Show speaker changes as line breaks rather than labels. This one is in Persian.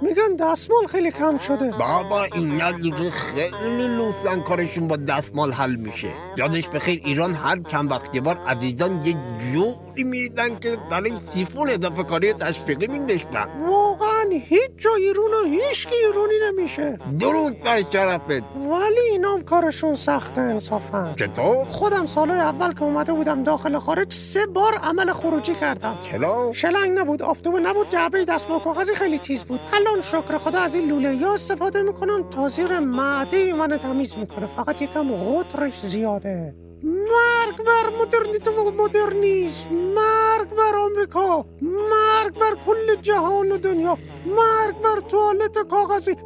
میگن دستمال خیلی کم شده
بابا اینا دیگه خیلی لوسن کارشون با دستمال حل میشه یادش بخیر ایران هر چند وقت یه بار عزیزان یه جوری میریدن که برای سیفون اضافه کاری تشویقی مینداشتن
واقعا هیچ جای ایرون و هیچ کی ایرونی نمیشه
درود بر شرفت
ولی اینام کارشون سخته انصافا
چطور
خودم سال اول که اومده بودم داخل خارج سه بار عمل خروجی کردم
چرا
شلنگ نبود آفتوب نبود جعبه دستمال کاغذی خیلی تیز بود الان شکر خدا از این لوله یا استفاده میکنن تا زیر معده من تمیز میکنه فقط یکم غطرش زیاده مرگ بر مدرنیت و مدرنیسم مرگ بر آمریکا مرگ بر کل جهان و دنیا مرگ بر توالت کاغذی